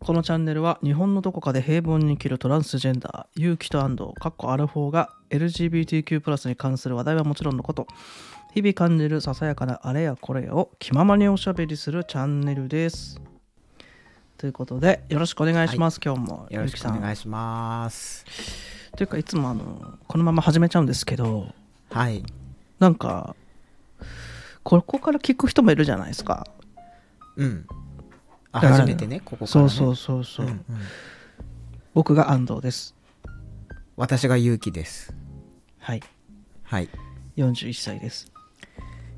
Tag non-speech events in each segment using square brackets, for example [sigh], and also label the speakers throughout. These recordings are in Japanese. Speaker 1: このチャンネルは日本のどこかで平凡に生きるトランスジェンダー、勇気と安藤、かっこアルフォーが LGBTQ+, に関する話題はもちろんのこと、日々感じるささやかなあれやこれやを気ままにおしゃべりするチャンネルです。ということで、よろしくお願いします、今日も。
Speaker 2: よろしくお
Speaker 1: ゆうき
Speaker 2: 願いします。
Speaker 1: さんというか、いつもあのこのまま始めちゃうんですけど、
Speaker 2: はい。
Speaker 1: なんか、ここから聞く人もいるじゃないですか。
Speaker 2: うん。あ、
Speaker 1: だから
Speaker 2: 初めてね、ここから、
Speaker 1: そ
Speaker 2: ね。
Speaker 1: うそうそうそう。
Speaker 2: うんうん
Speaker 1: 僕が安藤です。
Speaker 2: 私が勇気です。
Speaker 1: はい。
Speaker 2: はい。
Speaker 1: 41歳です。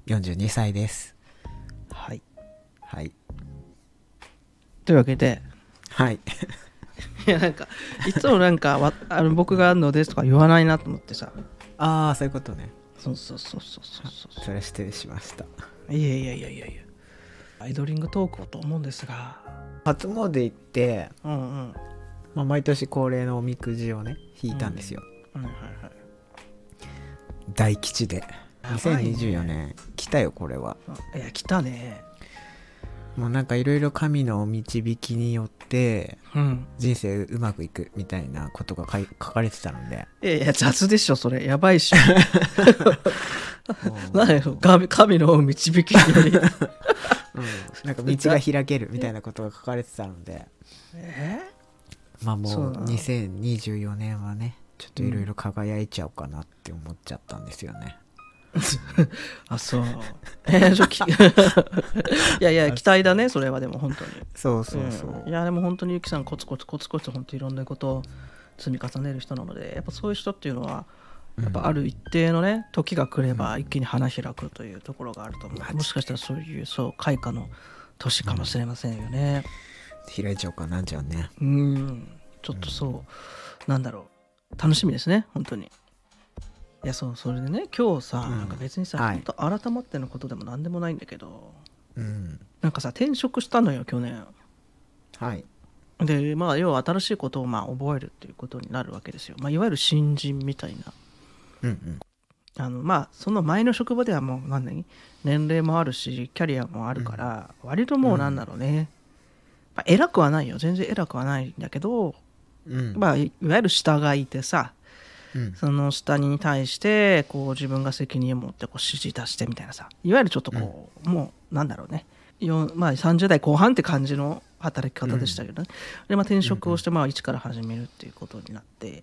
Speaker 2: 42歳です。
Speaker 1: はい。
Speaker 2: はい。
Speaker 1: というわけで、
Speaker 2: はい。 [laughs]
Speaker 1: [laughs] いやなんかいつもなんかわあの僕があるのですとか言わないなと思ってさ
Speaker 2: ああ、そういうことね。
Speaker 1: そうそうそうそうそうそう
Speaker 2: それ失礼しました。
Speaker 1: いやいやいやいやいやアイドリングトークをと思うんですが
Speaker 2: 初詣行って、
Speaker 1: うんうんは
Speaker 2: まあ、毎年恒例のおみくじをね、引いたんですよ。
Speaker 1: いはいはい
Speaker 2: 大吉で。
Speaker 1: ばいね
Speaker 2: 2024年、来たよ、これは。
Speaker 1: あいや来たね
Speaker 2: もうなんかいろいろ神のお導きによって、
Speaker 1: うん
Speaker 2: 人生うまくいくみたいなことが書い書かれてたので。
Speaker 1: いやいや雑でしょそれやばいっし [laughs] ょ何や
Speaker 2: も
Speaker 1: ろ
Speaker 2: う
Speaker 1: 神神の導きにより
Speaker 2: なんか道が開けるみたいなことが書かれてたので
Speaker 1: え
Speaker 2: まあも
Speaker 1: そう
Speaker 2: う
Speaker 1: だな
Speaker 2: 2024年はねちょっといろいろ輝いちゃおうかなって思っちゃったんですよね、
Speaker 1: あそう [laughs] えーちょき [laughs] いやいや期待だねそれはでも本当に
Speaker 2: そうそうそう、
Speaker 1: んいやでも本当にゆきさんコツコツコツコツ本当いろんなことを積み重ねる人なのでやっぱそういう人っていうのはやっぱある一定のね時が来れば一気に花開くというところがあると思う、もしかしたらそういうそう開花の年かもしれませんよね
Speaker 2: 開いちゃおうかなじゃあね
Speaker 1: うんちょっとそう、なんだろう楽しみですね本当にいやそうそれでね今日さ、
Speaker 2: うん
Speaker 1: なんか別にさ、
Speaker 2: はい
Speaker 1: 本当改まってのことでも何でもないんだけど
Speaker 2: うん
Speaker 1: なんかさ転職したのよ去年
Speaker 2: はい
Speaker 1: でまあ要は新しいことをまあ覚えるっていうことになるわけですよ、まあ、いわゆる新人みたいな
Speaker 2: うんうん
Speaker 1: あのまあその前の職場ではもう何年年齢もあるしキャリアもあるから、割ともうなんだろうね、まあ、偉くはないよ全然偉くはないんだけど、
Speaker 2: うん
Speaker 1: まあ、いいわゆる下がいてさ
Speaker 2: うん
Speaker 1: その下に対してこう自分が責任を持ってこう指示出してみたいなさいわゆるちょっとこう、もうなんだろうね、よまあ、30代後半って感じの働き方でしたけどね、でまあ、転職をしてまあ一から始めるっていうことになって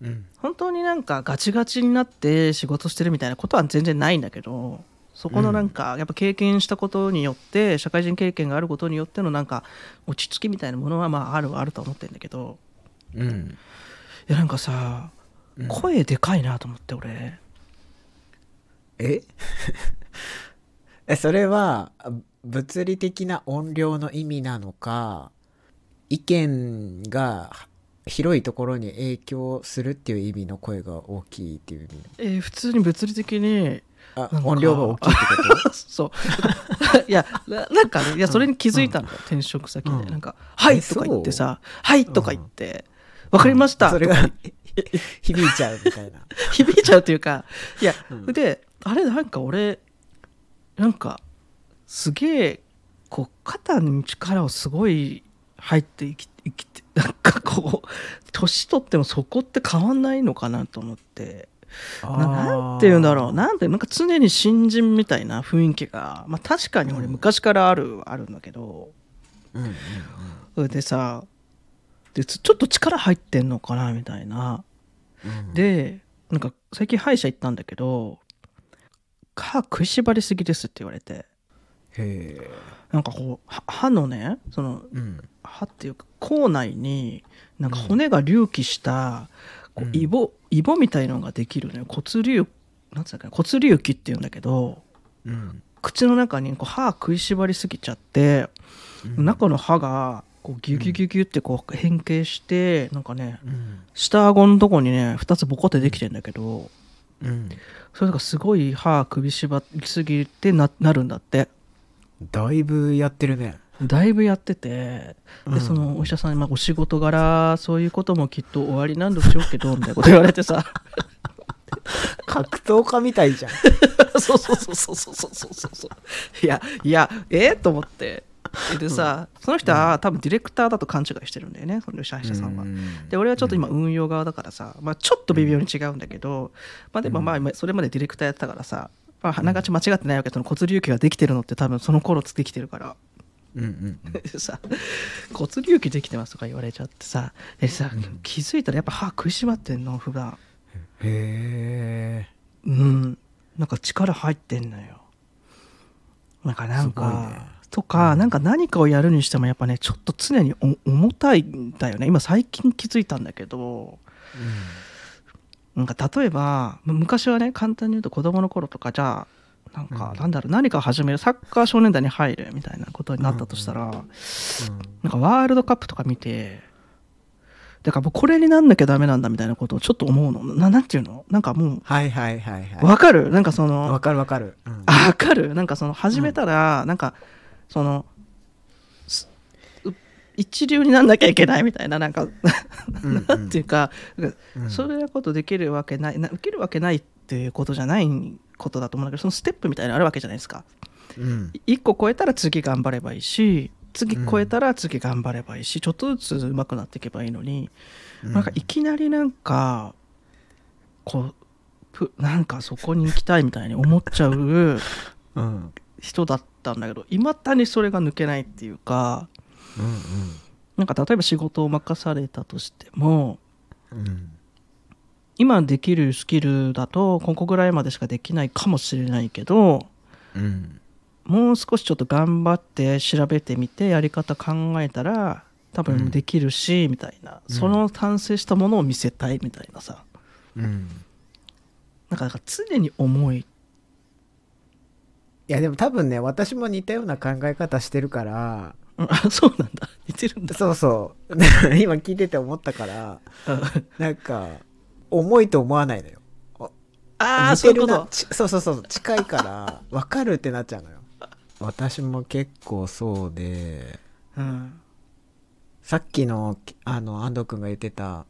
Speaker 2: うん
Speaker 1: 本当になんかガチガチになって仕事してるみたいなことは全然ないんだけどそこのなんかやっぱ経験したことによって社会人経験があることによってのなんか落ち着きみたいなものはまああるはあると思ってるんだけど
Speaker 2: うん
Speaker 1: いやなんかさ、
Speaker 2: うん
Speaker 1: 声でかいなと思って俺。
Speaker 2: え [laughs] えそれはあ物理的な音量の意味なのか意見が広いところに影響するっていう意味の声が大きいっていう意味
Speaker 1: えー普通に物理的
Speaker 2: [laughs]
Speaker 1: に
Speaker 2: あ
Speaker 1: なんか
Speaker 2: 音量が大きいってこ
Speaker 1: そう [laughs] いやななんかねいやそれに気づいたの、転職先で、
Speaker 2: うん
Speaker 1: なんか「はい」とか言ってさ「はい」とか言って「わ、かりまし
Speaker 2: と
Speaker 1: た」
Speaker 2: それ
Speaker 1: と
Speaker 2: が [laughs]
Speaker 1: か
Speaker 2: 響いちゃうみたいな
Speaker 1: 響いちゃうというかいや、
Speaker 2: うん
Speaker 1: であれなんか俺なんかすげえこう肩に力をすごい入っていき生きてなんかこう年取ってもそこって変わんないのかなと思って。 [laughs] ななんて言うんだろうなんてなんか常に新人みたいな雰囲気が、まあ、確かに俺
Speaker 2: うん
Speaker 1: 昔からある、あるんだけど
Speaker 2: うんうん
Speaker 1: それでさでつちょっと力入ってんのかなみたいな
Speaker 2: うん
Speaker 1: でなんか最近歯医者行ったんだけど歯食いしばりすぎですって言われて
Speaker 2: へえ
Speaker 1: なんかこうは歯のねその
Speaker 2: うん
Speaker 1: 歯っていうか口内になんか骨が隆起したこう
Speaker 2: うん
Speaker 1: イボ、イボみたいのができるのよ骨隆なんつうんだっけな骨隆起っていうんだけど
Speaker 2: うん
Speaker 1: 口の中にこう歯食いしばりすぎちゃって、
Speaker 2: うん
Speaker 1: 中の歯がこうギュギュギュギュってこう変形して、なんかね
Speaker 2: うん
Speaker 1: 下顎のとこにね2つボコってできてんだけど
Speaker 2: うん
Speaker 1: それがすごい歯首縛りすぎてななるんだって
Speaker 2: だいぶやってるね
Speaker 1: だいぶやってて
Speaker 2: う
Speaker 1: で
Speaker 2: ん
Speaker 1: そのお医者さんに、まあ、お仕事柄そういうこともきっと終わりなんでしょうけどみたいなこと言われてさ
Speaker 2: 格闘家みたいじゃん
Speaker 1: [laughs] そうそうそうそうそうそうそうそういやいやえー、と思ってでさ、その人は多分ディレクターだと勘違いしてるんだよねその社員さんは。で俺はちょっと今運用側だからさ、まあ、ちょっと微妙に違うんだけど、まあ、でもまあ今それまでディレクターやってたからさ、まあ、あながち間違ってないわけその骨隆起ができてるのって多分その頃つできてるから。
Speaker 2: うんうんうん
Speaker 1: でさ骨隆起できてますとか言われちゃってさでさ、
Speaker 2: うん
Speaker 1: 気づいたらやっぱ歯食いしばってんの普段 [laughs]
Speaker 2: へえ
Speaker 1: うんなんか力入ってんのよなんかなん
Speaker 2: す
Speaker 1: か、
Speaker 2: ごいね
Speaker 1: とか、なんか何かをやるにしてもやっぱねちょっと常にお重たいんだよね今最近気づいたんだけどなんか例えばむ昔はね簡単に言うと子供の頃とかじゃあなんか
Speaker 2: うん
Speaker 1: なんだろう何かを始めるサッカー少年団に入るみたいなことになったとしたら、なんかワールドカップとか見て、だからもうこれになんなきゃダメなんだみたいなことをちょっと思うの。ななんていうのなんかも、
Speaker 2: はいはいはいうは
Speaker 1: わかるなんかそ
Speaker 2: いわ
Speaker 1: の、
Speaker 2: かるわかるうん
Speaker 1: あわかるなんかその、始めたら、なんか、その、すう一流になんなきゃいけないみたいな、なんか、
Speaker 2: うんうん
Speaker 1: なんていうか、
Speaker 2: うん
Speaker 1: それなことできるわけないな、受けるわけないっていうことじゃないことだと思うんだけど、そのステップみたいなのあるわけじゃないですか。
Speaker 2: うん
Speaker 1: 1個超えたら次頑張ればいいし次超えたら次頑張ればいいし、ちょっとずつ上手くなっていけばいいのに、
Speaker 2: うん
Speaker 1: なんかいきなりなんかこうぷなんかそこに行きたいみたいに思っちゃう
Speaker 2: うんうん
Speaker 1: 人だったんだけどいまだにそれが抜けないっていうかなんか例えば仕事を任されたとしても
Speaker 2: うんうん
Speaker 1: 今できるスキルだとここぐらいまでしかできないかもしれないけど
Speaker 2: うん
Speaker 1: もう少しちょっと頑張って調べてみてやり方考えたら多分できるし、みたいな
Speaker 2: うん
Speaker 1: その完成したものを見せたいみたいなさ
Speaker 2: うん
Speaker 1: なんかなんか常に重い
Speaker 2: いやでも多分ね私も似たような考え方してるから
Speaker 1: うんあそうなんだ似てるんだ
Speaker 2: そうそう [laughs] 今聞いてて思ったから
Speaker 1: うん
Speaker 2: なんか重いと思わないのよ
Speaker 1: ああ
Speaker 2: 似
Speaker 1: そう
Speaker 2: て
Speaker 1: いうこ
Speaker 2: る
Speaker 1: と
Speaker 2: なちそうそうそう近いから分かるってなっちゃうのよ私も結構そうで
Speaker 1: うん
Speaker 2: さっきのあの安藤君が言ってた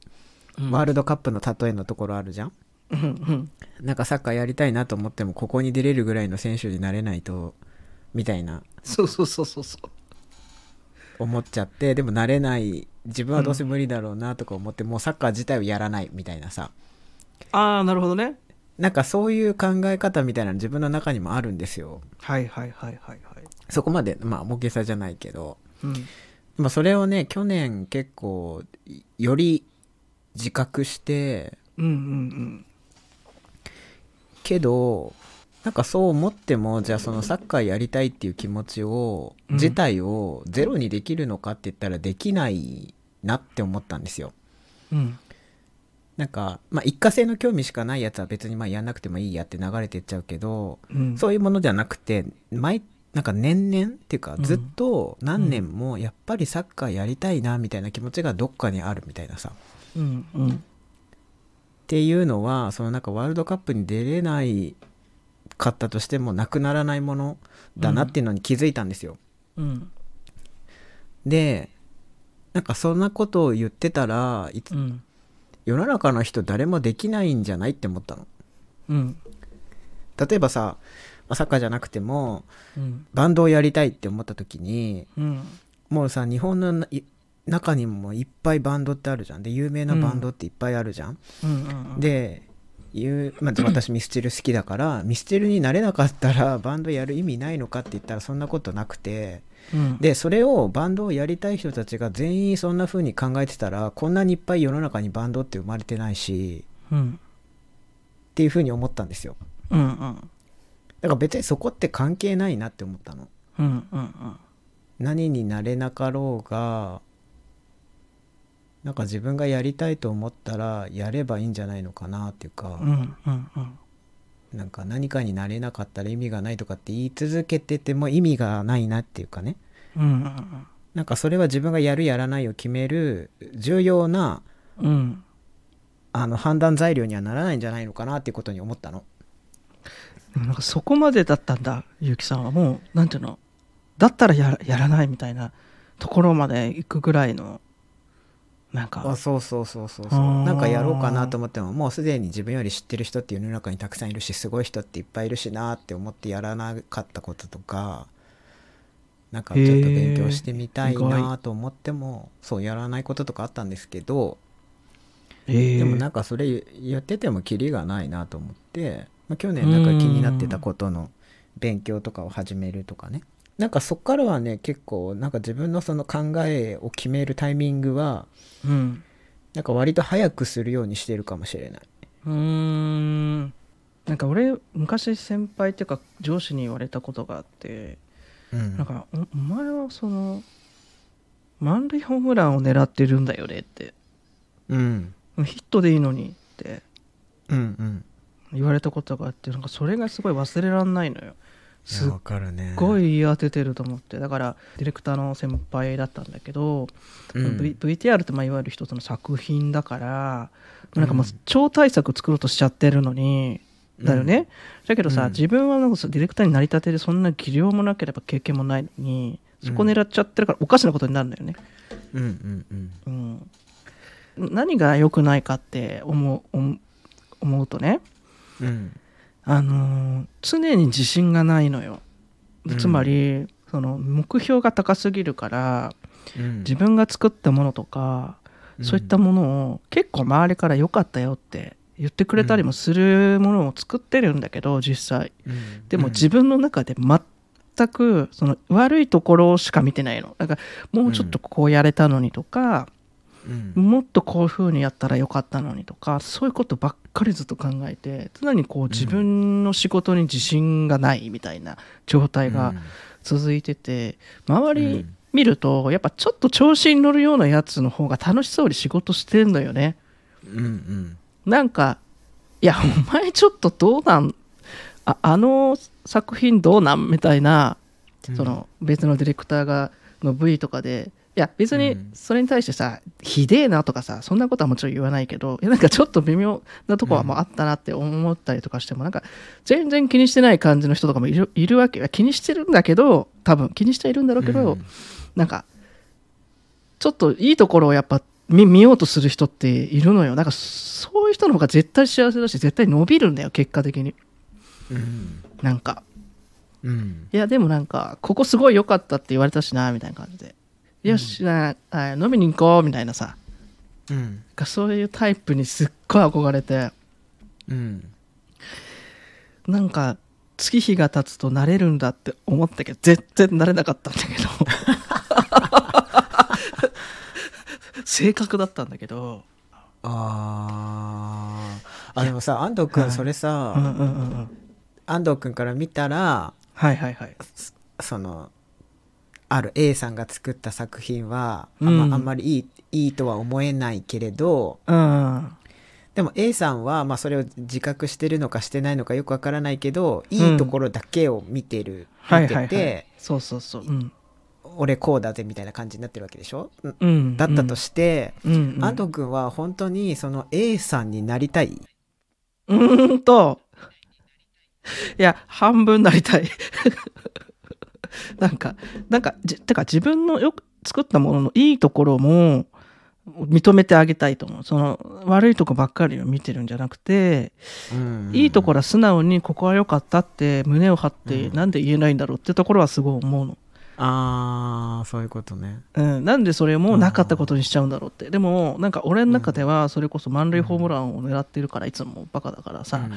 Speaker 1: うん
Speaker 2: ワールドカップの例えのところあるじゃん、
Speaker 1: うんうん
Speaker 2: なんかサッカーやりたいなと思ってもここに出れるぐらいの選手になれないとみたいな
Speaker 1: そうそうそうそうそう
Speaker 2: 思っちゃってでもなれない自分はどうせ無理だろうなとか思って、もうサッカー自体をやらないみたいなさ
Speaker 1: ああなるほどね
Speaker 2: なんかそういう考え方みたいなの自分の中にもあるんですよ
Speaker 1: はいはいはいはいはい
Speaker 2: そこまでまあ大げさじゃないけど
Speaker 1: うん
Speaker 2: でもそれをね去年結構いより自覚して
Speaker 1: うんうん
Speaker 2: けどなんかそう思ってもじゃあそのサッカーやりたいっていう気持ちを
Speaker 1: うん
Speaker 2: 自体をゼロにできるのかって言ったらできないなって思ったんですよ。
Speaker 1: うんうん
Speaker 2: なんか、まあ、一過性の興味しかないやつは別にまあやんなくてもいいやって流れてっちゃうけど、
Speaker 1: うん
Speaker 2: そういうものじゃなくて毎なんか年々っていうか
Speaker 1: うん
Speaker 2: ずっと何年もやっぱりサッカーやりたいなみたいな気持ちがどっかにあるみたいなさ。
Speaker 1: うんうん
Speaker 2: っていうのはそのなんかワールドカップに出れないかったとしてもなくならないものだなっていうのに気づいたんですよ。
Speaker 1: うん
Speaker 2: でなんかそんなことを言ってたらいつ
Speaker 1: うん
Speaker 2: 世の中の人誰もできないんじゃないって思ったの。
Speaker 1: うん
Speaker 2: 例えばさまあサッカーじゃなくても
Speaker 1: うん
Speaker 2: バンドをやりたいって思った時に
Speaker 1: うん
Speaker 2: もうさ日本のない中にもいっぱいバンドってあるじゃんで有名なバンドっていっぱいあるじゃん、
Speaker 1: うんうん
Speaker 2: でいう、まあ、私ミスチル好きだからミスチルになれなかったらバンドやる意味ないのかって言ったらそんなことなくて
Speaker 1: うん
Speaker 2: でそれをバンドをやりたい人たちが全員そんな風に考えてたらこんなにいっぱい世の中にバンドって生まれてないし
Speaker 1: うん
Speaker 2: っていう風に思ったんですよ
Speaker 1: うんうん
Speaker 2: だから別にそこって関係ないなって思ったの
Speaker 1: うんうんうん
Speaker 2: 何になれなかろうがなんか自分がやりたいと思ったらやればいいんじゃないのかなっていうか、
Speaker 1: うんうんうん
Speaker 2: なんか何かになれなかったら意味がないとかって言い続けてても意味がないなっていうかね
Speaker 1: うんうん
Speaker 2: なんかそれは自分がやるやらないを決める重要な
Speaker 1: うんうん
Speaker 2: あの判断材料にはならないんじゃないのかなっていうことに思ったの。
Speaker 1: でもなんかそこまでだったんだ結城さんはもうなんていうのだったらやらやらないみたいなところまで行くぐらいのなん
Speaker 2: あ
Speaker 1: か
Speaker 2: そうそうそうそう
Speaker 1: あ
Speaker 2: そう
Speaker 1: ー
Speaker 2: なんかやろうかなと思ってももうすでに自分より知ってる人って世の中にたくさんいるしすごい人っていっぱいいるしなって思ってやらなかったこととかなんかちょっと勉
Speaker 1: へ
Speaker 2: 強
Speaker 1: ー
Speaker 2: してみたい
Speaker 1: 意外
Speaker 2: なと思ってもそうやらないこととかあったんですけど
Speaker 1: ええ
Speaker 2: でもなんかそれやっててもキリがないなと思って、まあ、去年なんか気になってたことの勉強とかを始めるとかねなんかそっからはね結構なんか自分のその考えを決めるタイミングは
Speaker 1: うん
Speaker 2: なんか割と早くするようにしてるかもしれないう
Speaker 1: ーんなんか俺昔先輩っていうか上司に言われたことがあって
Speaker 2: うん
Speaker 1: なんかおお前はその満塁ホームランを狙ってるんだよねって
Speaker 2: うん
Speaker 1: ヒットでいいのにって
Speaker 2: うんうん
Speaker 1: 言われたことがあってなんかそれがすごい忘れらんないのよすっ
Speaker 2: かるね
Speaker 1: ごい言い当ててると思ってだからディレクターの先輩だったんだけど、V、VTR ってまあいわゆる一つの作品だからなんかもう
Speaker 2: うん
Speaker 1: 超大作作ろうとしちゃってるのに、だよね、だけどさ、
Speaker 2: うん
Speaker 1: 自分はなんかそのディレクターになりたてでそんな技量もなければ経験もないのにそこ狙っちゃってるからおかしなことになるんだよね、
Speaker 2: うんうんうん
Speaker 1: うん、何が良くないかって思う思う思うとね、
Speaker 2: うん
Speaker 1: あのー常に自信がないのよ
Speaker 2: うん
Speaker 1: つまり、その目標が高すぎるから
Speaker 2: うん
Speaker 1: 自分が作ったものとか、そういったものを結構周りから良かったよって言ってくれたりもするものを作ってるんだけど実際
Speaker 2: うん
Speaker 1: でも自分の中で全くその悪いところしか見てないのだからもうちょっとこうやれたのにとか、
Speaker 2: うん
Speaker 1: もっとこういう風にやったらよかったのにとかそういうことばっかりずっと考えて常にこう自分の仕事に自信がないみたいな状態が続いてて、周
Speaker 2: う
Speaker 1: り
Speaker 2: ん
Speaker 1: 見るとやっぱちょっと調子に乗るようなやつの方が楽しそうに仕事してんのよね。
Speaker 2: うんうん
Speaker 1: なんかいやお前ちょっとどうなんああの作品どうなんみたいな
Speaker 2: うん
Speaker 1: その別のディレクターがの V とかでいや別に
Speaker 2: うん
Speaker 1: それに対してさ、ひでえなとかさそんなことはもちろん言わないけどいやなんかちょっと微妙なとこはもうあったなって思ったりとかしても、なんか全然気にしてない感じの人とかもいるいるわけいや気にしてるんだけど多分気にしてはいるんだろうけど、
Speaker 2: うん
Speaker 1: なんかちょっといいところをやっぱ見見ようとする人っているのよなんかそういう人の方が絶対幸せだし絶対伸びるんだよ結果的に
Speaker 2: うん
Speaker 1: なんか
Speaker 2: うん
Speaker 1: いやでもなんかここすごい良かったって言われたしなみたいな感じでよし、なあ飲みに行こうみたいなさ
Speaker 2: うん
Speaker 1: なんかそういうタイプにすっごい憧れて
Speaker 2: うん
Speaker 1: なんか月日が経つと慣れるんだって思ったけど全然慣れなかったんだ
Speaker 2: [laughs]
Speaker 1: けど性格だったんだけど
Speaker 2: あーあでもさ安藤君
Speaker 1: はい
Speaker 2: それさ、
Speaker 1: うんうんうんうん
Speaker 2: 安藤君から見たら
Speaker 1: はいはいはい
Speaker 2: そのある A さんが作った作品はあん,、
Speaker 1: うん
Speaker 2: まあんまりいいいいとは思えないけれど
Speaker 1: うん
Speaker 2: でも A さんは、まあ、それを自覚してるのかしてないのかよくわからないけどいいところだけを見てる、
Speaker 1: はい
Speaker 2: 見
Speaker 1: は
Speaker 2: て
Speaker 1: い
Speaker 2: て、
Speaker 1: はいそうそうそううん
Speaker 2: 俺こうだぜみたいな感じになってるわけでしょ、うん
Speaker 1: うん
Speaker 2: だったとして、
Speaker 1: うんうん
Speaker 2: 安藤君は本当にその A さんになりたい、
Speaker 1: うーんと、いや、半分なりたい。なんか、なんか、じてか自分のよく作ったもののいいところも認めてあげたいと思う。その悪いとこばっかりを見てるんじゃなくて、
Speaker 2: うん
Speaker 1: いいところは素直にここは良かったって胸を張って、
Speaker 2: うん
Speaker 1: なんで言えないんだろうってところはすごい思うの。
Speaker 2: ああそういうことね
Speaker 1: うん、なんでそれもなかったことにしちゃうんだろうって。でも、なんか俺の中ではそれこそ満塁ホームランを狙ってるから、いつもバカだからさ、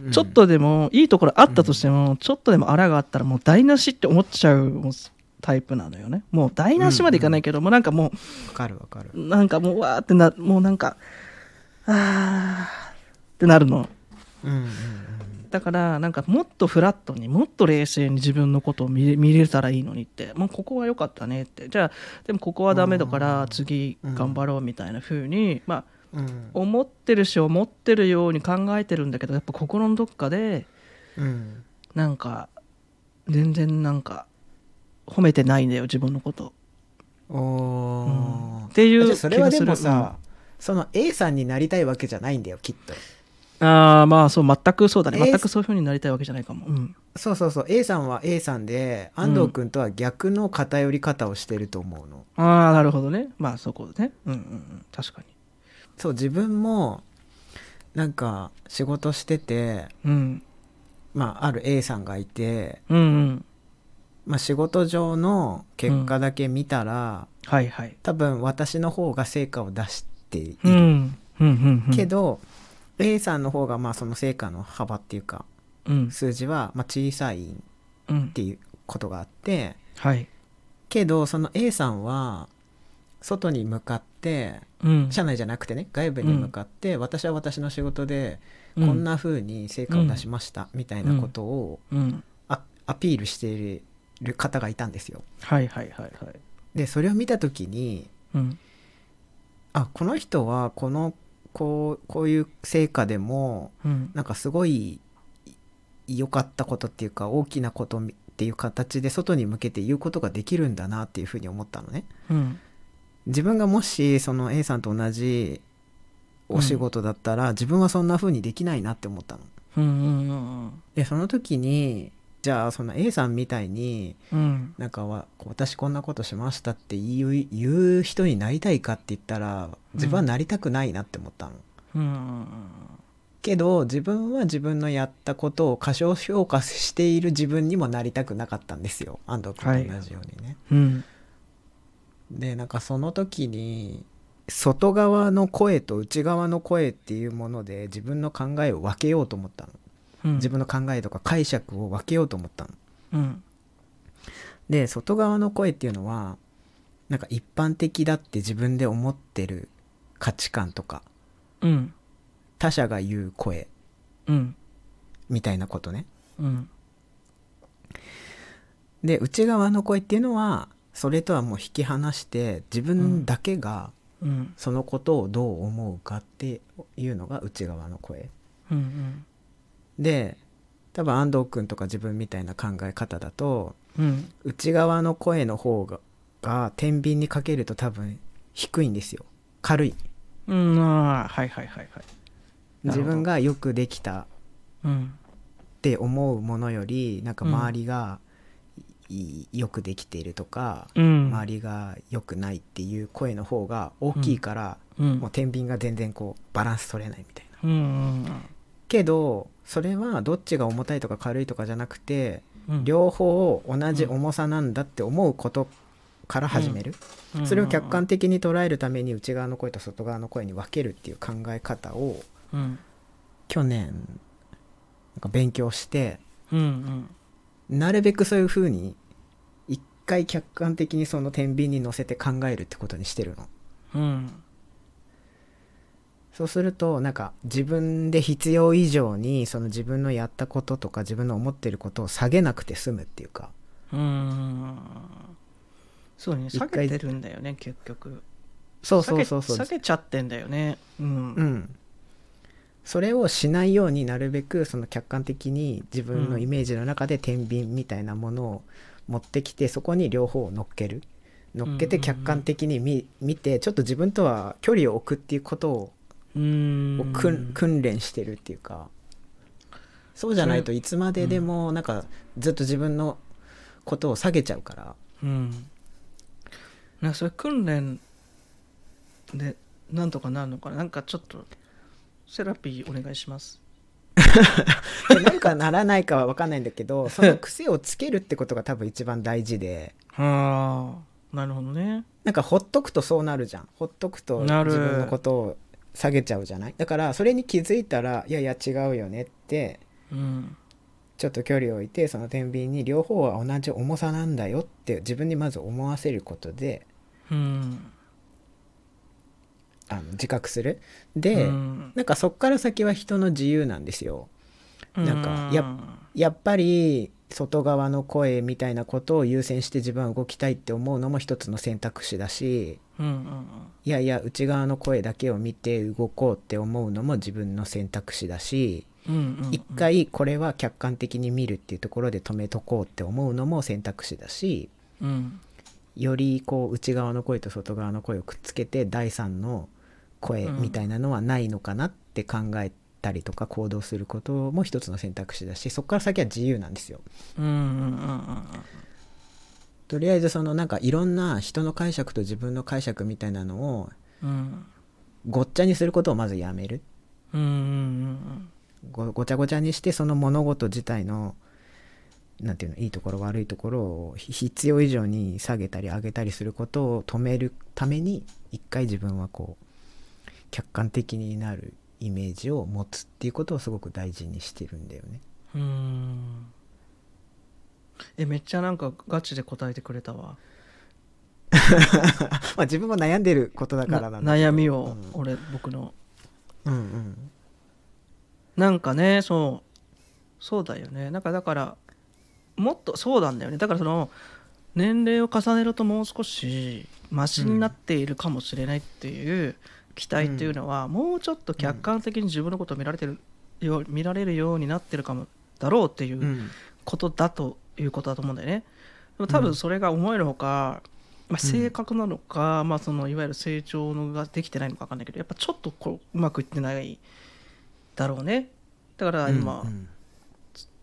Speaker 2: うん
Speaker 1: ちょっとでもいいところあったとしても、ちょっとでもあらがあったらもう台無しって思っちゃうもうタイプなのよねもう台無しまでいかないけど、もうなんかも
Speaker 2: わかるわかる
Speaker 1: うなんかもうわーってなもうなんかあーってなるの
Speaker 2: うんうん
Speaker 1: だからなんかもっとフラットにもっと冷静に自分のことを見れ見れたらいいのにってもうここは良かったねってじゃあでもここはダメだから次頑張ろうみたいな風に、まあ
Speaker 2: うん
Speaker 1: 思ってるし思ってるように考えてるんだけどやっぱ心のどっかで
Speaker 2: うん
Speaker 1: なんか全然なんか褒めてないんだよ自分のこと、
Speaker 2: お
Speaker 1: うんっ
Speaker 2: ー
Speaker 1: てい
Speaker 2: あじゃ
Speaker 1: う
Speaker 2: あ
Speaker 1: 気
Speaker 2: それは
Speaker 1: が
Speaker 2: ですも
Speaker 1: る
Speaker 2: さ、その A さんになりたいわけじゃないんだよきっと
Speaker 1: うんああまあそう全くそうだね
Speaker 2: えー
Speaker 1: 全くそういうふうになりたいわけじゃないかも、うん、
Speaker 2: そうそうそう A さんは A さんで安藤君とは逆の偏り方をしてると思うの、
Speaker 1: ああなるほどねまあそこねうんうんうん確かに
Speaker 2: そう自分もなんか仕事してて
Speaker 1: うん
Speaker 2: まあある A さんがいて
Speaker 1: うんうん
Speaker 2: まあ、仕事上の結果だけ見たら、
Speaker 1: はいはい
Speaker 2: 多分私の方が成果を出している、
Speaker 1: うんうんうんうん
Speaker 2: けど A さんの方がまあその成果の幅っていうか
Speaker 1: うん
Speaker 2: 数字はまあ小さいっ
Speaker 1: うん
Speaker 2: ていうことがあって
Speaker 1: はい
Speaker 2: けどその A さんは外に向かって
Speaker 1: うん
Speaker 2: 社内じゃなくてね外部に向かって、私は私の仕事でこんな風に成果を出しましたみたいなことを
Speaker 1: うん
Speaker 2: あアピールしている方がいたんですよ。
Speaker 1: はいはいはいはい
Speaker 2: でそれを見た時に
Speaker 1: うん
Speaker 2: あこの人はこのこうこういう成果でも
Speaker 1: うん
Speaker 2: なんかすごい良かったことっていうか大きなことみっていう形で外に向けて言うことができるんだなっていうふうに思ったのね。
Speaker 1: うん
Speaker 2: 自分がもしその A さんと同じお仕事だったら、自分はそんな風にできないなって思ったの。
Speaker 1: うんうんうん
Speaker 2: でその時にじゃあその A さんみたいに
Speaker 1: うん
Speaker 2: なんかわ私こんなことしましたって言う言う人になりたいかって言ったら自分はなりたくないなって思ったの。
Speaker 1: うんうん
Speaker 2: けど自分は自分のやったことを過小評価している自分にもなりたくなかったんですよ安藤君と同じようにね。
Speaker 1: うん
Speaker 2: でなんかその時に外側の声と内側の声っていうもので自分の考えを分けようと思ったの
Speaker 1: うん
Speaker 2: 自分の考えとか解釈を分けようと思ったの。
Speaker 1: うん
Speaker 2: で外側の声っていうのはなんか一般的だって自分で思ってる価値観とか
Speaker 1: うん
Speaker 2: 他者が言う声
Speaker 1: うん
Speaker 2: みたいなことね。
Speaker 1: うん
Speaker 2: で内側の声っていうのはそれとはもう引き離して自分だけが
Speaker 1: うん
Speaker 2: そのことをどう思うかっていうのが内側の声
Speaker 1: うん
Speaker 2: で多分安藤君とか自分みたいな考え方だと
Speaker 1: うん
Speaker 2: 内側の声の方がが天秤にかけると多分低いんですよ軽い
Speaker 1: うんああはいはいはいはいな
Speaker 2: 自
Speaker 1: るほど
Speaker 2: 分がよくできた
Speaker 1: うん
Speaker 2: って思うものよりなんか
Speaker 1: うん
Speaker 2: 周りがい、よくできているとか、
Speaker 1: うん
Speaker 2: 周りが良くないっていう声の方が大きいから、
Speaker 1: うん
Speaker 2: もう天秤が全然こうバランス取れないみたいな。
Speaker 1: うんうん
Speaker 2: けどそれはどっちが重たいとか軽いとかじゃなくて、
Speaker 1: うん
Speaker 2: 両方同じ重さなんだって思うことから始める、それを客観的に捉えるために内側の声と外側の声に分けるっていう考え方を
Speaker 1: うん
Speaker 2: 去年なんか勉強して
Speaker 1: うんうん
Speaker 2: なるべくそういう風に一回客観的にその天秤に乗せて考えるってことにしてるの。
Speaker 1: うん
Speaker 2: そうするとなんか自分で必要以上にその自分のやったこととか自分の思ってることを下げなくて済むっていうか
Speaker 1: うんそうね
Speaker 2: 一
Speaker 1: 下
Speaker 2: 回
Speaker 1: げてるんだよね結局
Speaker 2: そうそうそうそう
Speaker 1: 下げ下げちゃってんだよねうん
Speaker 2: う、ん、それをしないようになるべくその客観的に自分のイメージの中で天秤みたいなものを持ってきてそこに両方を乗っける乗っけて
Speaker 1: うん
Speaker 2: 客観的に見見てちょっと自分とは距離を置くっていうことを
Speaker 1: うん
Speaker 2: を訓訓練してるっていうかそうじゃないといつまででもなんかずっと自分のことを下げちゃうから
Speaker 1: うんなんかそれ訓練でなんとかなるのかななんかちょっとセラピーお願いします
Speaker 2: でなんかならないかは分かんないんだ
Speaker 1: [laughs]
Speaker 2: けどその癖をつけるってことが多分一番大事で
Speaker 1: はあなるほどね
Speaker 2: なんかほっとくとそうなるじゃんほっとくと
Speaker 1: なる
Speaker 2: 自分のことを下げちゃうじゃないだからそれに気づいたらいやいや違うよねって
Speaker 1: うん
Speaker 2: ちょっと距離を置いてその天秤に両方は同じ重さなんだよって自分にまず思わせることで
Speaker 1: うん
Speaker 2: あの自覚するで、
Speaker 1: うん
Speaker 2: なんかそっから先は人の自由なんですよ。なんかやっ
Speaker 1: う
Speaker 2: やっぱり外側の声みたいなことを優先して自分は動きたいって思うのも一つの選択肢だし
Speaker 1: んうんうん
Speaker 2: いやいや内側の声だけを見て動こうって思うのも自分の選択肢だし
Speaker 1: うんうんうん
Speaker 2: 一回これは客観的に見るっていうところで止めとこうって思うのも選択肢だし
Speaker 1: うん
Speaker 2: よりこう内側の声と外側の声をくっつけて第三の声みたいなのはないのかなって考えたりとか行動することも一つの選択肢だしそこから先は自由なんですよ。
Speaker 1: うんうんうんうん
Speaker 2: とりあえずそのなんかいろんな人の解釈と自分の解釈みたいなのを
Speaker 1: うん
Speaker 2: ごっちゃにすることをまずやめる
Speaker 1: うんうんうん
Speaker 2: ごごちゃごちゃにしてその物事自体のなんていうのいいところ悪いところをひ必要以上に下げたり上げたりすることを止めるために一回自分はこう客観的になるイメージを持つっていうことをすごく大事にしてるんだよね。 [laughs]
Speaker 1: うーんえめっちゃなんかガチで答えてくれたわ
Speaker 2: まあ自分も悩んでることだからなんだ
Speaker 1: な
Speaker 2: けど
Speaker 1: 悩みを、
Speaker 2: うん
Speaker 1: 俺僕の
Speaker 2: うんうん
Speaker 1: なんかねそうそうだよねなんかだからもっとそうなんだよねだからその年齢を重ねるともう少しマシになっているかもしれないっていう期待っていうのは、もうちょっと客観的に自分のことを見られてるよう見られるようになってるかもだろうっていう
Speaker 2: うん
Speaker 1: ことだということだと思うんだよね。でも多分それが思えるほか、まあ、性格なのか、まあ、そのいわゆる成長のができてないのか分かんないけどやっぱちょっとこううまくいってないだろうね。だから今、
Speaker 2: うんうん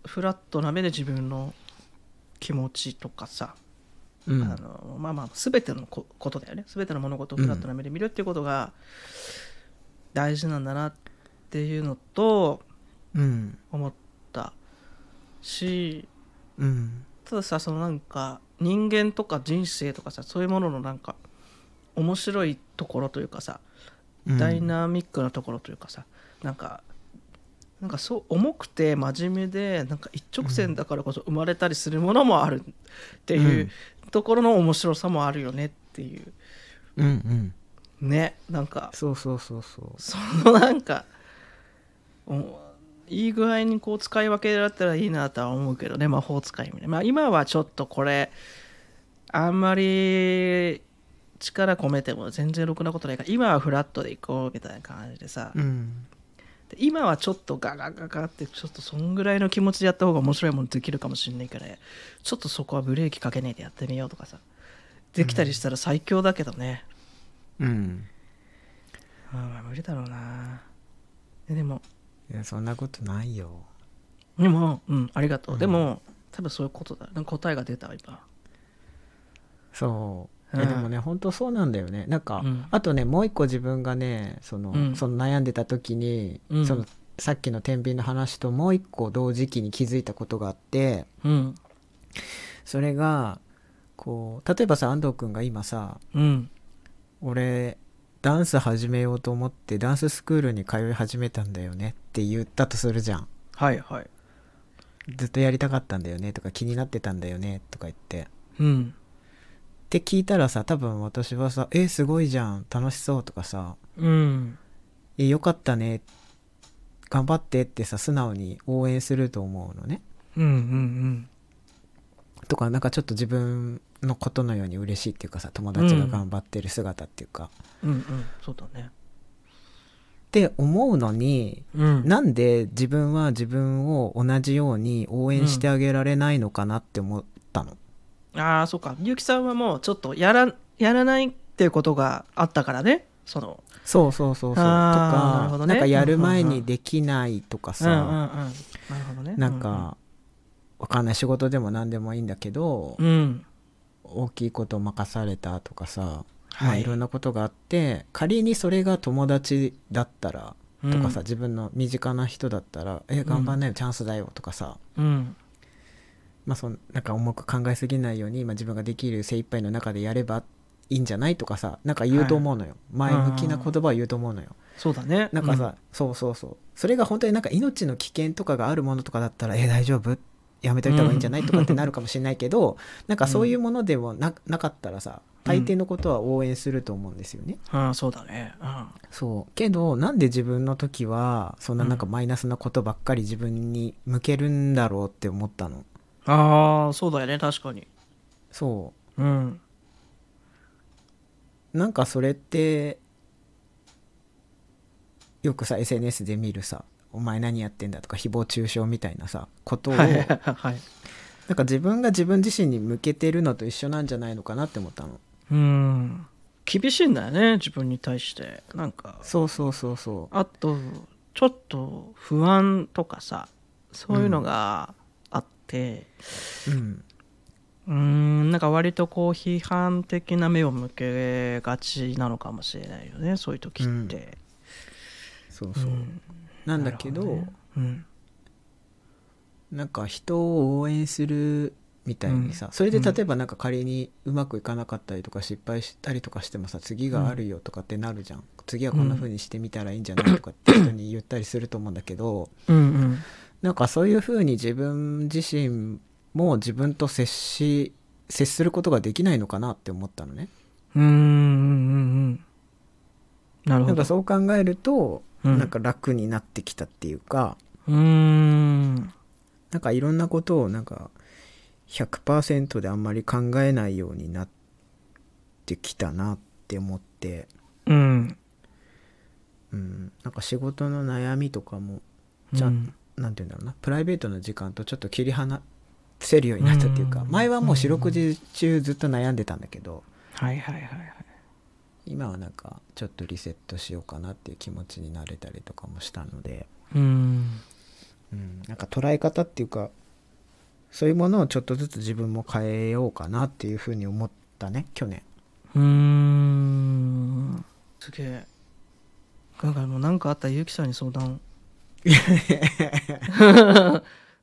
Speaker 1: フラットな目で自分の気持ちとかさ、
Speaker 2: うん
Speaker 1: あのまあまあ全てのこことだよね全ての物事をフラットな目で見るっていうことが大事なんだなっていうのと
Speaker 2: うん
Speaker 1: 思ったし
Speaker 2: うん
Speaker 1: たださそのなんか人間とか人生とかさそういうもののなんか面白いところというかさ、
Speaker 2: うん
Speaker 1: ダイナミックなところというかさなんかなんかそう重くて真面目でなんか一直線だからこそ生まれたりするものもあるっていうところの面白さもあるよねっていう
Speaker 2: うんうん
Speaker 1: ねなんか
Speaker 2: そうそうそうそう
Speaker 1: そのなんかおいい具合にこう使い分けられたらいいなとは思うけどね魔法使いみたいな、まあ、今はちょっとこれあんまり力込めても全然ろくなことないから今はフラットでいこうみたいな感じでさ、
Speaker 2: うん
Speaker 1: で今はちょっとガガガガってちょっとそんぐらいの気持ちでやった方が面白いものできるかもしれないからちょっとそこはブレーキかけねえでやってみようとかさできたりしたら最強だけどね、
Speaker 2: うん
Speaker 1: あーまあ無理だろうなででも
Speaker 2: いやそんなことないよ
Speaker 1: でもうんありがとう、
Speaker 2: うん
Speaker 1: でも多分そういうことだなんか答えが出たわ今
Speaker 2: そう、
Speaker 1: うん
Speaker 2: えでもね本当そうなんだよねなんか、
Speaker 1: うん
Speaker 2: あとねもう一個自分がねその,、
Speaker 1: うん
Speaker 2: その悩んでた時に、
Speaker 1: うん
Speaker 2: そのさっきの天秤の話ともう一個同時期に気づいたことがあって
Speaker 1: うん
Speaker 2: それがこう例えばさ安藤君が今さ
Speaker 1: うん
Speaker 2: 俺ダンス始めようと思ってダンススクールに通い始めたんだよねって言ったとするじゃん
Speaker 1: はいはい
Speaker 2: ずっとやりたかったんだよねとか気になってたんだよねとか言って
Speaker 1: うん
Speaker 2: って聞いたらさ多分私はさ「えすごいじゃん楽しそう」とかさ
Speaker 1: うん
Speaker 2: 「えよかったね頑張って」ってさ素直に応援すると思うのね
Speaker 1: うんうん
Speaker 2: とかなんかちょっと自分のことのように嬉しいっていうかさ友達が頑張ってる姿っていうか、
Speaker 1: うんうんうんそうだね
Speaker 2: って思うのに
Speaker 1: うん
Speaker 2: なんで自分は自分を同じように応援してあげられないのかなって思ったの。
Speaker 1: ああそうかゆうきさんはもうちょっとやらやらないっていうことがあったからねその
Speaker 2: そうそうそうそうと
Speaker 1: あーなる
Speaker 2: か
Speaker 1: ほど
Speaker 2: な,、
Speaker 1: ね
Speaker 2: んかやる前
Speaker 1: うんうんう
Speaker 2: に
Speaker 1: ん
Speaker 2: できないとか
Speaker 1: うんうんうん
Speaker 2: さ、
Speaker 1: なるほどね
Speaker 2: なんかわかんない仕事でも何でもいいんだけど、
Speaker 1: うんうん
Speaker 2: 大きいことを任されたとかさ、ま
Speaker 1: は
Speaker 2: あ、
Speaker 1: い
Speaker 2: いろんなことがあって仮にそれが友達だったら
Speaker 1: うん
Speaker 2: とかさ、自分の身近な人だったら「え頑張んないよチャンスだよ」とかさ、
Speaker 1: うん
Speaker 2: まあ、そのなんか重く考えすぎないように今自分ができる精一杯の中でやればいいんじゃないとかさなんか言うと思うのよ、
Speaker 1: い
Speaker 2: 前向きな言葉を言うと思うのよ。
Speaker 1: そうだね
Speaker 2: なんかさ、そうそうそうそれが本当になんか命の危険とかがあるものとかだったら「え大丈夫?」やめといた方がいいんじゃない、
Speaker 1: うん
Speaker 2: とかってなるかもしれないけどなんかそういうものでもななかったらさ大抵のことは応援すると思うんですよね。
Speaker 1: うん、ああそうだねうん
Speaker 2: そうけどなんで自分の時はそんななんかマイナスなことばっかり自分に向けるんだろうって思ったの。
Speaker 1: ああそうだよね確かに
Speaker 2: そう
Speaker 1: うん
Speaker 2: なんかそれってよくさ SNS で見るさ「お前何やってんだ」とか誹謗中傷みたいなさことを
Speaker 1: はい
Speaker 2: な
Speaker 1: はい
Speaker 2: んか自分が自分自身に向けてるのと一緒なんじゃないのかなって思ったの
Speaker 1: うん厳しいんだよね自分に対してなんか
Speaker 2: そうそうそうそ
Speaker 1: あとちょっと不安とかさそういうのがあって
Speaker 2: ううん
Speaker 1: うーんなんか割とこう批判的な目を向けがちなのかもしれないよねそういう時って、
Speaker 2: そう
Speaker 1: う
Speaker 2: そう、
Speaker 1: ん
Speaker 2: なんだけど
Speaker 1: なるほねうん
Speaker 2: なんか人を応援するみたいにさ、
Speaker 1: うん
Speaker 2: それで
Speaker 1: うん
Speaker 2: 例えばなんか仮にうまくいかなかったりとか失敗したりとかしてもさ次があるよとかってなるじゃん、次はこんな風にしてみたらいいんじゃないとかって人に言ったりすると思うんだけど
Speaker 1: うん
Speaker 2: なんかそういう風に自分自身も自分と接し接することができないのかなって思ったのね。
Speaker 1: うんうんうんうんうんなるほ
Speaker 2: なんか
Speaker 1: ど
Speaker 2: そう考えると、
Speaker 1: うん
Speaker 2: なんか楽になってきたっていうか
Speaker 1: うーん
Speaker 2: なんかいろんなことをなんか100%であんまり考えないようになってきたなって思って、
Speaker 1: うん
Speaker 2: うん、なんか仕事の悩みとかもじゃあ
Speaker 1: うん
Speaker 2: なんて言うんだろうなプライベートの時間とちょっと切り離せるようになったっていうか、
Speaker 1: うん
Speaker 2: 前はもう四六時中ずっと悩んでたんだけど、
Speaker 1: はいはいはいはい
Speaker 2: 今はなんかちょっとリセットしようかなっていう気持ちになれたりとかもしたので、
Speaker 1: うん
Speaker 2: うん、なんか捉え方っていうかそういうものをちょっとずつ自分も変えようかなっていうふうに思ったね去年。
Speaker 1: うーんすげえ今回もう何かあったらゆきさんに相 [laughs] 談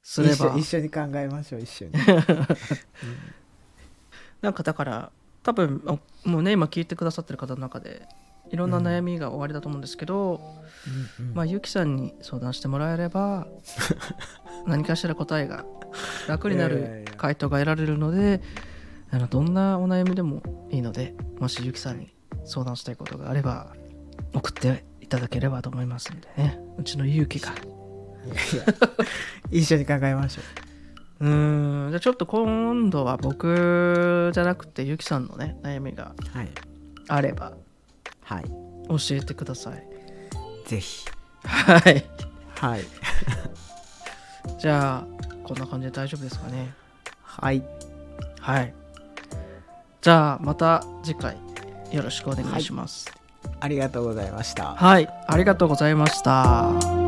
Speaker 1: すれば
Speaker 2: 一緒一緒に考えましょう一緒 [laughs] に
Speaker 1: なんかだから多分あもうね今聞いてくださってる方の中でいろんな悩みが終わりだと思うんですけど、
Speaker 2: うんうん
Speaker 1: まあゆきさんに相談してもらえれ [laughs] ば何かしら答えが楽にない
Speaker 2: やいやい
Speaker 1: る
Speaker 2: や
Speaker 1: 回答が得られるのであのどんなお悩みでもいいのでもしゆきさんに相談したいことがあれば送っていただければと思いますんでねうちのゆきが
Speaker 2: いやいや一緒に考えましょ
Speaker 1: うーんじゃあちょっと今度は僕じゃなくてゆきさんのね悩みが
Speaker 2: うはい
Speaker 1: あれば
Speaker 2: はい
Speaker 1: 教えてください
Speaker 2: ぜひ
Speaker 1: はい
Speaker 2: はい
Speaker 1: じゃあこんな感じで大丈夫ですかね
Speaker 2: はい
Speaker 1: はい。じゃあまた次回よろしくお願いします。
Speaker 2: ありがとうございました
Speaker 1: はい、ありがとうございました。